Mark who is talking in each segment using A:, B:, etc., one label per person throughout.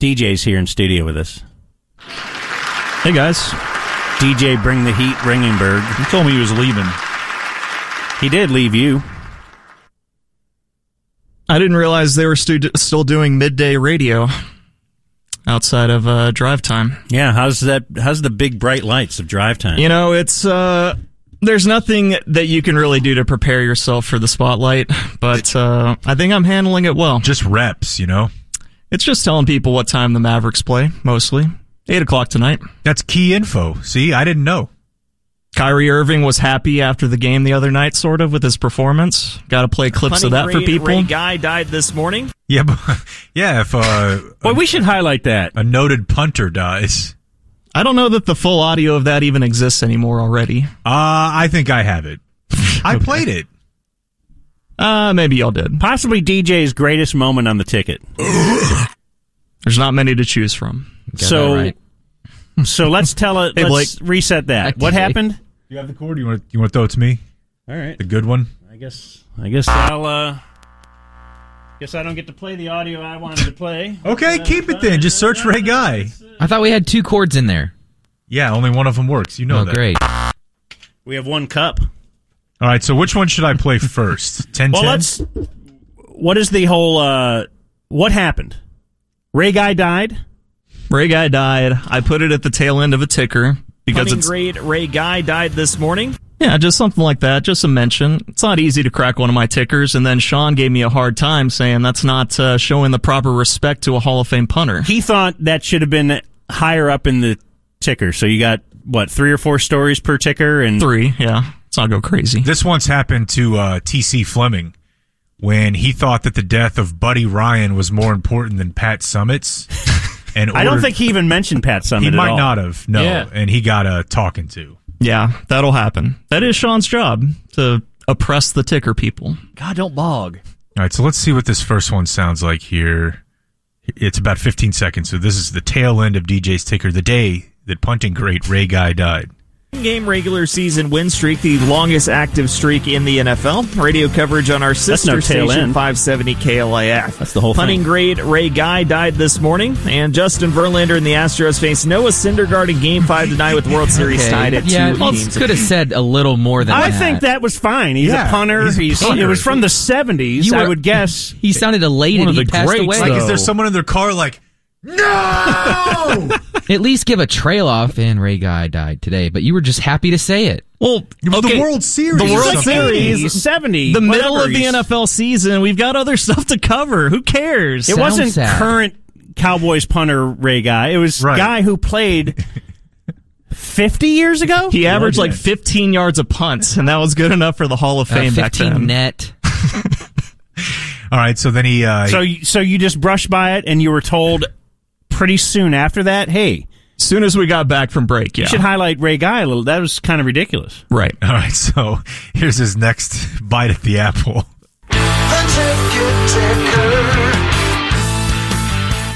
A: DJ's here in studio with us.
B: Hey guys,
A: DJ Bring the Heat Ringenberg.
B: you told me he was leaving.
A: He did leave you.
C: I didn't realize they were stu- still doing midday radio outside of uh, drive time.
A: Yeah, how's that? How's the big bright lights of drive time?
C: You know, it's uh, there's nothing that you can really do to prepare yourself for the spotlight, but uh, I think I'm handling it well.
B: Just reps, you know.
C: It's just telling people what time the Mavericks play, mostly eight o'clock tonight.
B: That's key info. See, I didn't know.
C: Kyrie Irving was happy after the game the other night, sort of, with his performance. Got to play clips of that for people.
D: guy died this morning.
B: Yeah, but, yeah. If uh,
A: Boy, we should highlight that.
B: a noted punter dies,
C: I don't know that the full audio of that even exists anymore already.
B: uh, I think I have it. I played it.
C: Uh, maybe y'all did.
A: Possibly DJ's greatest moment on the ticket.
C: There's not many to choose from.
A: so, so let's tell it.
C: Hey,
A: let's reset that. What
E: Okay.
A: happened?
B: You have the cord. You want? You want to throw it to me?
A: All right.
B: The good one.
A: I guess. I guess I'll. uh Guess I don't get to play the audio I wanted to play.
B: Okay, keep it then. Just search Ray Guy.
E: I thought we had two chords in there.
B: Yeah, only one of them works. You know
E: oh,
B: that.
E: great.
A: We have one cup.
B: All right. So which one should I play first? Ten.
A: Well,
B: 10?
A: let's. What is the whole? uh What happened? Ray Guy died.
C: Ray Guy died. I put it at the tail end of a ticker because
D: Punting
C: it's
D: grade Ray Guy died this morning.
C: yeah, just something like that. Just a mention. It's not easy to crack one of my tickers, and then Sean gave me a hard time saying that's not uh, showing the proper respect to a Hall of Fame punter.
A: He thought that should have been higher up in the ticker. So you got what three or four stories per ticker, and
C: Three, yeah. Let's not go crazy.
B: This once happened to uh, T.C. Fleming when he thought that the death of Buddy Ryan was more important than Pat Summits. And
A: I don't
B: ordered-
A: think he even mentioned Pat Summit.
B: he
A: at
B: might
A: all.
B: not have. No,
E: Yeah.
B: and he got uh, talking to.
C: Yeah, that'll happen. That is Sean's job to oppress the ticker people.
D: God, don't bog.
B: All right, so let's see what this first one sounds like here. It's about 15 seconds, so this is the tail end of DJ's ticker. The day that punting great Ray Guy died.
D: Game regular season win streak, the longest active streak in the NFL. Radio coverage on our sister
A: no tail
D: station,
A: end.
D: 570 KLIF.
A: That's the whole
D: Punting
A: thing.
D: grade Ray Guy died this morning, and Justin Verlander and the Astros face Noah Syndergaard in Game Five tonight with World Series
E: Okay.
D: tied at
E: yeah,
D: two
E: well,
D: games.
E: could have said a little more than
A: I
E: that.
A: think that was fine. He's
B: Yeah,
A: a punter.
B: he's
A: He's,
B: a punter.
A: it was from the '70s.
E: You
A: I
E: were-
A: would guess.
E: he sounded elated.
B: One of
E: he
B: the
E: passed
B: greats,
E: away.
B: Like, is
A: though.
B: there someone in their car like, no?
E: At least give a trail off. And Ray Guy died today, but you were just happy to say it.
C: Well,
B: The World Series.
C: The
B: or
C: World
B: something.
C: Series.
A: 80s, 70s,
C: the middle
A: whatever.
C: of the NFL season, we've got other stuff to cover. Who cares?
A: It
E: Sounds
A: wasn't
E: sad.
A: current Cowboys punter Ray Guy. It was
B: Right.
A: guy who played 50 years ago.
C: He averaged like 15 yards of punts, and that was good enough for the Hall of
E: Uh,
C: Fame back
E: 15
C: then.
E: net.
B: All right, so then he. Uh,
A: So you- so you just brushed by it, and you were told pretty soon after that, hey,
C: Soon as we got back from break, yeah,
A: you should highlight Ray Guy a little. That was kind of ridiculous.
C: right.
B: all right, so here's his next bite at the apple.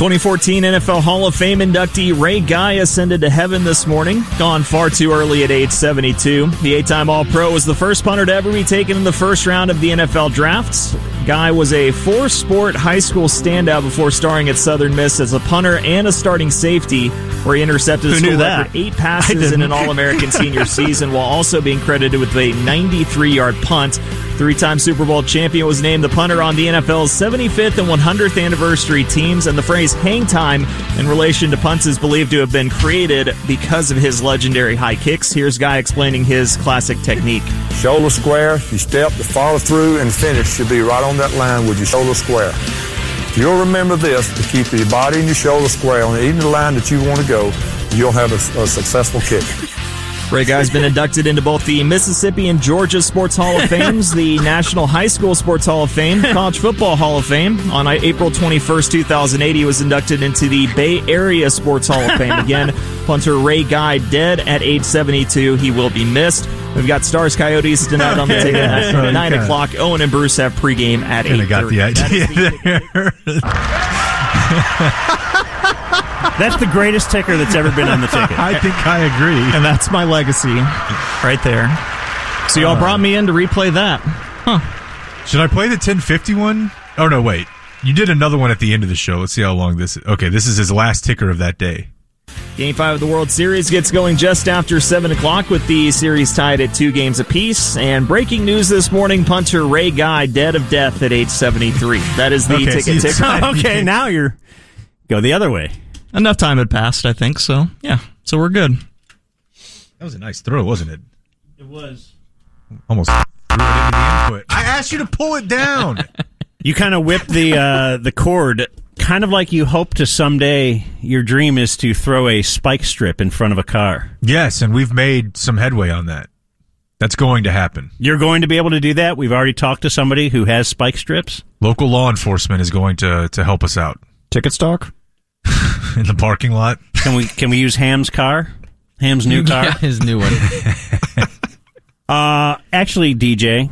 D: 2014 NFL Hall of Fame inductee Ray Guy ascended to heaven this morning, gone far too early at age 72. The eight time All Pro was the first punter to ever be taken in the first round of the NFL draft. Guy was a four sport high school standout before starring at Southern Miss as a punter and a starting safety, where he intercepted a
C: Who knew
D: school
C: that?
D: record eight passes in an All American senior season while also being credited with a 93 yard punt. Three time Super Bowl champion was named the punter on the NFL's 75th and 100th anniversary teams, and the phrase hang time in relation to punts is believed to have been created because of his legendary high kicks. Here's Guy explaining his classic technique.
F: Shoulder square, you step, the follow through, and finish should be right on that line with your shoulder square. You'll remember this to keep your body and your shoulder square on either line that you want to go. You'll have a, a successful kick.
D: Ray Guy's been inducted into both the Mississippi and Georgia Sports Hall of Fames, the National High School Sports Hall of Fame, College Football Hall of Fame. On I- April 21st, 2008, he was inducted into the Bay Area Sports Hall of Fame. Again, punter Ray Guy dead at age 72. He will be missed. We've got Stars Coyotes tonight on the ticket at
B: Okay.
D: 9 o'clock. Owen and Bruce have pregame at 8.
B: Kind of Oh, got the idea there.
A: That's the greatest ticker that's ever been on the ticket.
B: I think I agree.
C: And that's my legacy, right there. So
B: Uh,
C: y'all brought me in to replay that.
B: Should I play the 1050 one? Oh no, wait. You did another one at the end of the show. Let's see how long this. Okay, this is his last ticker of that day.
D: Game five of the World Series gets going just after 7 o'clock with the series tied at two games apiece. And breaking news this morning punter Ray Guy dead of death at age 73. That is the
B: Okay, so
D: ticket
B: you-
D: ticker.
A: okay, now you're go the other way.
C: Enough time had passed, I think. So yeah, so we're good.
B: That was a nice throw, wasn't it?
A: It was.
B: Almost threw it into the input. I asked you to pull it down.
A: You kind of whip the uh, the cord, kind of like you hope to someday. Your dream is to throw a spike strip in front of a car.
B: yes, and we've made some headway on that. That's going to happen.
A: You're going to be able to do that. We've already talked to somebody who has spike strips.
B: Local law enforcement is going to to help us out
D: Ticket stock?
B: in the parking lot.
A: Can we can we use Ham's car? Ham's new car.
E: Yeah, his new one.
A: Uh, actually, DJ,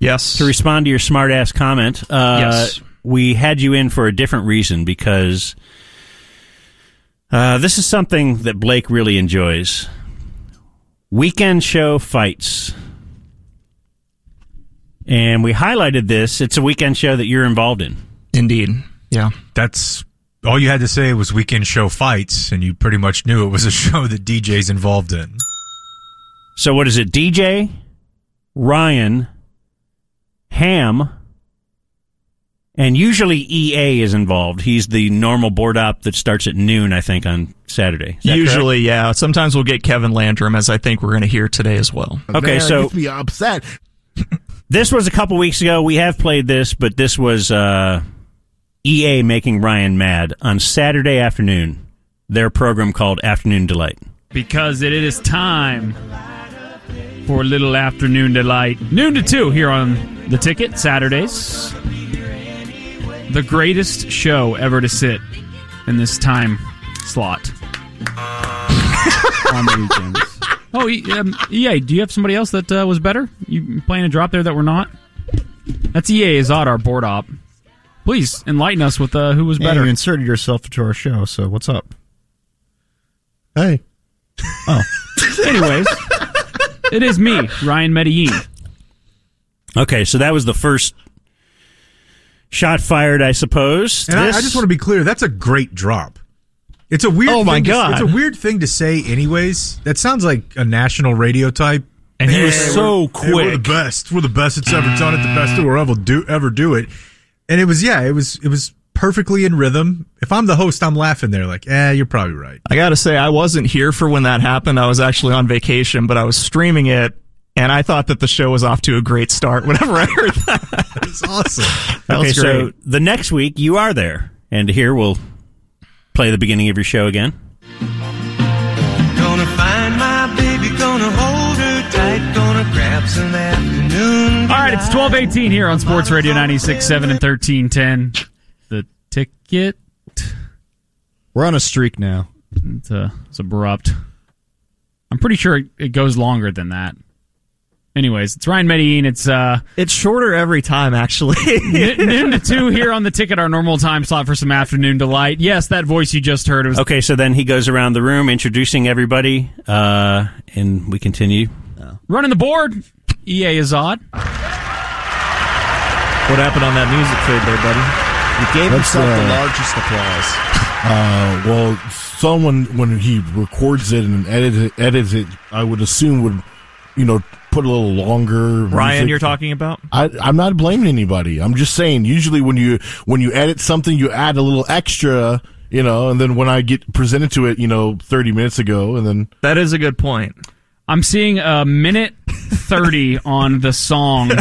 C: Yes.
A: to respond to your smart ass comment, uh,
C: Yes.
A: we had you in for a different reason because uh, this is something that Blake really enjoys weekend show fights. And we highlighted this. It's a weekend show that you're involved in.
C: Indeed. Yeah.
B: That's all you had to say was weekend show fights, and you pretty much knew it was a show that DJ's involved in.
A: So, what is it? DJ, Ryan, Ham, and usually EA is involved. He's the normal board op that starts at noon, I think, on Saturday. Is that
C: Usually, yeah. Sometimes we'll get Kevin Landrum, as I think we're going to hear today as well.
A: correct? Okay,
G: Man,
A: so
G: gets me upset.
A: this was a couple weeks ago. We have played this, but this was uh, EA making Ryan mad on Saturday afternoon. Their program called Afternoon Delight.
H: because it is time for a little afternoon delight. Noon to two here on the ticket, Saturdays. The greatest show ever to sit in this time slot on the weekends. Oh, E- um, EA, do you have somebody else that uh, was better? You playing a drop there that we're not? That's E EA Azad, our board op. Please enlighten us with uh, who was
G: Better.
H: better.
G: you inserted yourself into our show, so what's up? Hey.
H: Anyways, it is me, Ryan Medellin.
A: Okay, so that was the first shot fired, I suppose.
B: And I, I
A: This-
B: just want to be clear. That's a great drop. It's a weird.
C: Oh, my
B: thing to-
C: God.
B: it's a weird thing to say, anyways. That sounds like a national radio type.
A: And he was
B: Hey,
A: so
B: we're- hey, we're the
A: quick.
B: best. We're the best it's ever done it. The best that we'll ever do ever do it. And it was yeah. It was it was perfectly in rhythm. If I'm the host, I'm laughing there. Like, eh, you're probably right.
C: I got to say, I wasn't here for when that happened. I was actually on vacation, but I was streaming it, and I thought that the show was off to a great start whenever I heard that.
B: It's awesome.
C: That
A: okay,
C: was great.
A: so the next week you are there, and here we'll play the beginning of your show again.
I: Gonna find my baby, gonna hold her tight, gonna grab some afternoon.
H: All right, it's 1218 here on Sports Radio 96.7 and 1310. The ticket,
G: We're on a streak now.
H: it's, uh, it's abrupt. I'm pretty sure it, it goes longer than that. Anyways, it's Ryan Medellin. It's uh,
C: It's shorter every time, actually.
H: n- noon to 2 here on the ticket, our normal time slot for some afternoon delight. Yes, that voice you just heard was
A: Okay, so then he goes around the room introducing everybody, uh, and we continue.
H: running the board. EA is odd.
C: what happened on that music fade there, buddy?
G: You gave
J: himself the
G: largest applause.
J: Uh, well, someone when he records it and edits it, edits it, I would assume would, you know, put a little longer.
C: Ryan,
J: music.
C: you're talking about?
J: I, I'm not blaming anybody. I'm just saying. Usually, when you when you edit something, you add a little extra, you know. And then when I get presented to it, you know, 30 minutes ago, and then
C: That is a good point.
H: I'm seeing a minute 30 on the song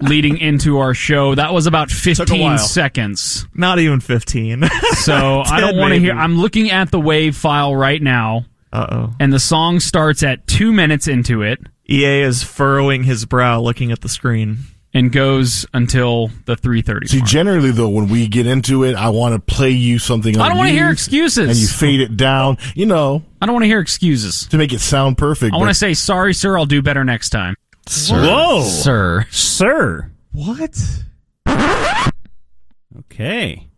H: leading into our show. That was about 15
G: while.
H: seconds.
C: Not even 15. uh
H: So I don't
C: Ted,
H: want to hear.
C: maybe.
H: I'm looking at the wave file right now,
C: oh.
H: and the song starts at two minutes into it
C: EA E is furrowing his brow looking at the screen.
H: and goes until the 3:30.
J: see.
H: mark.
J: Generally, though, when we get into it, I want to play you something.
H: I don't want to hear
J: unused,
H: excuses.
J: And you fade it down, you know,
H: I don't want to hear excuses.
J: to make it sound perfect.
H: I want
J: but-
H: to say sorry, sir. I'll do better next time.
E: Sir.
A: Whoa.
E: Sir.
A: Sir,
B: What?
A: okay,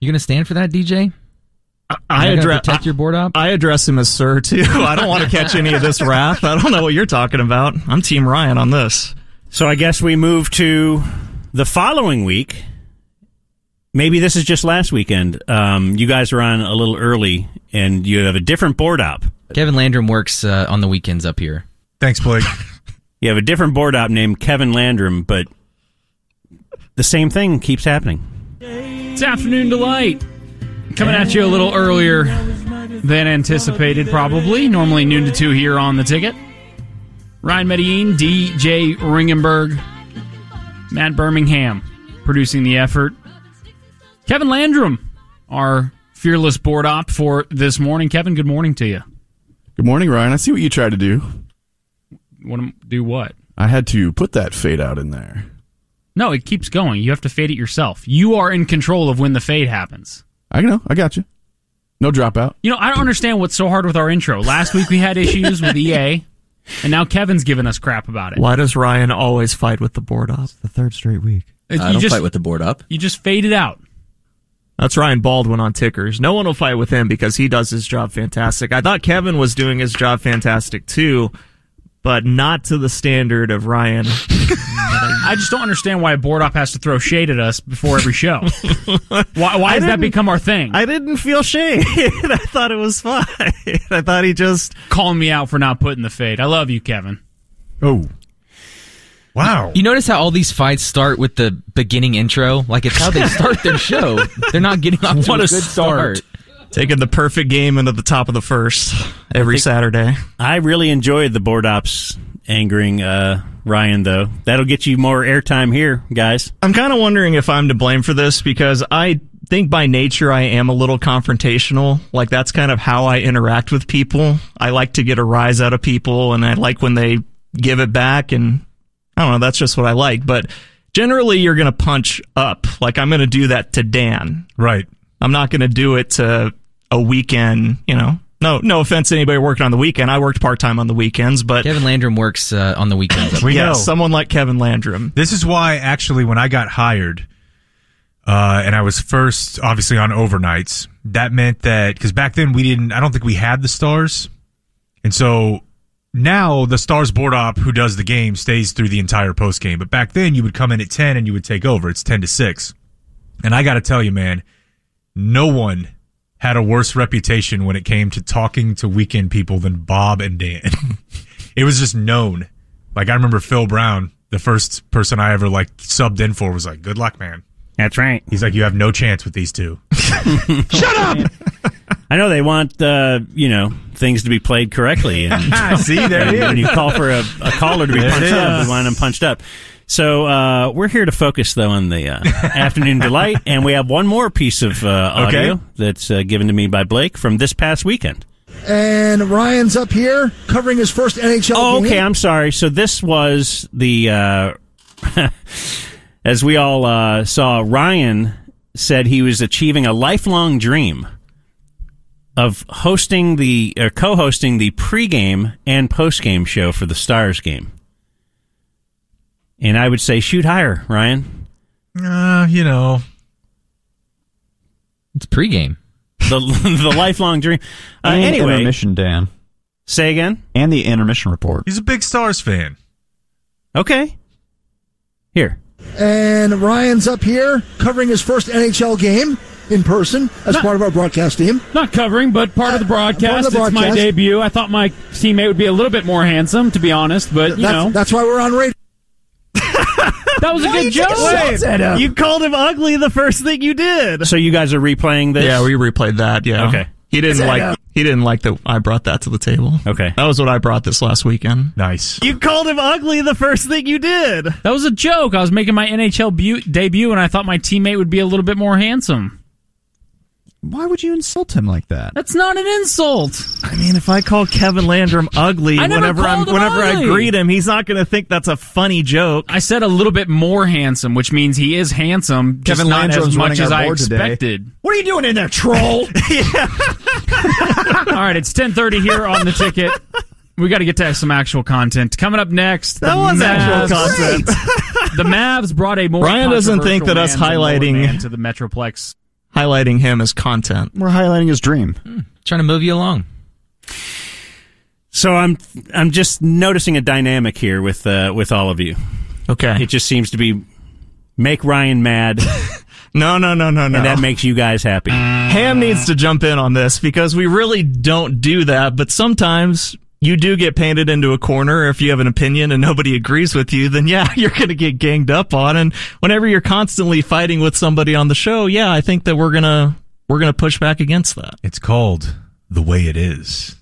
E: You gonna stand for that, DJ?
C: I,
E: You're gonna
C: address
E: protect your board up.
C: I address him as sir too. I don't want to catch any of this wrath. I don't know what you're talking about. I'm Team Ryan on this.
A: so I guess we move to the following week. Maybe this is just last weekend. Um, you guys were on a little early, and you have a different board op.
E: Kevin Landrum works uh, on the weekends up here.
B: Thanks, Blake.
A: you have a different board op named Kevin Landrum, but the same thing keeps happening.
H: It's afternoon delight. Coming at you a little earlier than anticipated, probably. Normally noon to two here on the ticket. Ryan Medellin, DJ Ringenberg, Matt Birmingham producing the effort. Kevin Landrum, our fearless board op for this morning. Kevin, good morning to you.
K: Good morning, Ryan. I see what you tried to do.
H: Want to do what?
K: I had to put that fade out in there.
H: No, it keeps going. You have to fade it yourself. You are in control of when the fade happens.
K: I know. I got you. No dropout.
H: You know, I don't understand what's so hard with our intro. Last week we had issues with EA, and now Kevin's giving us crap about it.
C: Why does Ryan always fight with the board up? The third straight week.
H: It- I you don't just- fight with
C: the board up.
H: You just fade it out.
C: That's Ryan Baldwin on tickers. No one will fight with him because he does his job fantastic. I thought Kevin was doing his job fantastic too, but not to the standard of Ryan.
H: I just don't understand why board op has to throw shade at us before every show. why why has that
C: didn't-
H: become our thing?
C: I didn't feel shade. I thought it was fun. I thought he just
H: calling me out for not putting the fade. I love you, Kevin.
B: Oh. Wow.
E: You notice how all these fights start with the beginning intro? Like it's how they start their show. They're not getting off to a
C: What a
E: good start.
C: Taking the perfect game into the top of the first every Saturday.
A: I really enjoyed the board ops angering uh, Ryan, though. That'll get you more airtime here, guys.
C: I'm kind of wondering if I'm to blame for this because I think by nature I am a little confrontational. Like that's kind of how I interact with people. I like to get a rise out of people and I like when they give it back and I don't know, that's just what I like, but generally you're going to punch up. Like I'm going to do that to Dan.
B: Right.
C: I'm not going to do it to a weekend, you know. No, no offense to anybody working on the weekend. I worked part time on the weekends, but
E: Kevin Landrum works uh, on the weekends.
B: We know.
C: someone like Kevin Landrum.
B: This is why, actually, when I got hired, uh, and I was first, obviously, on overnights, that meant that because back then we didn't, I don't think we had the stars, and so now the stars board op who does the game stays through the entire post game. But back then you would come in at ten and you would take over. It's ten to six, and I got to tell you, man, no one had a worse reputation when it came to talking to weekend people than Bob and Dan. it was just known. Like I remember Phil Brown, the first person I ever like subbed in for was like, "Good luck, man."
A: That's right.
B: He's like, "You have no chance with these two.
A: I know they want uh, you know things to be played correctly. And,
B: See, there
A: and
B: it is.
A: When you call for a, a caller to be
B: There it
A: punched up,
B: is.
A: we want them punched up. So uh, we're here to focus though on the uh, afternoon delight, and we have one more piece of uh, audio
L: Okay.
A: that's uh, given to me by Blake from this past weekend.
L: And Ryan's up here covering his first NHL
A: Oh,
L: game.
A: okay. I'm sorry. So this was the uh, as we all uh, saw. Ryan said he was achieving a lifelong dream of hosting the or co-hosting the pregame and postgame show for the Stars game. And I would say shoot higher, Ryan.
B: Uh, you know,
E: It's pregame.
A: The the lifelong dream. Uh,
M: and
A: anyway,
M: intermission, Dan,
A: say again.
M: and the intermission report.
B: He's a big Stars fan.
A: Okay. Here.
L: And Ryan's up here covering his first NHL game in person as part of our broadcast team.
H: Not covering, but part of the broadcast. It's my
L: broadcast.
H: debut. I thought my teammate would be a little bit more handsome, to be honest, but you
L: that's,
H: know
L: that's why we're on radio.
H: that was a
L: Why
H: good
L: you taking
H: joke.
L: shots at him?
C: You called him ugly the first thing you did.
A: So you guys are replaying this?
C: Yeah, we replayed that. Yeah.
A: Okay.
C: He didn't like. He didn't like that I brought that to the table.
A: Okay.
C: That was what I brought this last weekend.
B: Nice.
C: You called him ugly the first thing you did.
H: That was a joke. I was making my NHL bu- debut, and I thought my teammate would be a little bit more handsome.
M: Why would you insult him like that?
H: That's not an insult.
C: I mean, if I call Kevin Landrum ugly
H: I never
C: whenever I'm
H: called him
C: whenever I
H: ugly.
C: greet him, he's not going to think that's a funny joke.
H: I said a little bit more handsome, which means he is handsome, just
M: Kevin
H: not
M: Landrum's
H: as much
M: running our
H: as I
M: board today.
H: expected.
M: What are you doing in there, troll?
H: All right, it's 10:30 here on the ticket. We got to get to some actual content. Coming up next,
C: That
H: the
C: was
H: Mavs-
C: actual content.
H: The Mavs brought a more
C: Ryan doesn't think that us
H: controversial man to
C: highlighting-
H: lower man to the Metroplex.
C: Highlighting him as content.
M: We're highlighting his dream.
E: Hmm. Trying to move you along.
A: So I'm I'm just noticing a dynamic here with uh, with all of you.
C: Okay.
A: It just seems to be make Ryan mad,
C: No, no, no, no, no.
A: And that makes you guys happy.
C: Ham needs to jump in on this because we really don't do that, but sometimes you do get painted into a corner if you have an opinion and nobody agrees with you, then yeah, you're going to get ganged up on. And whenever you're constantly fighting with somebody on the show, yeah, I think that we're going to we're going to push back against that.
B: It's called The Way It Is.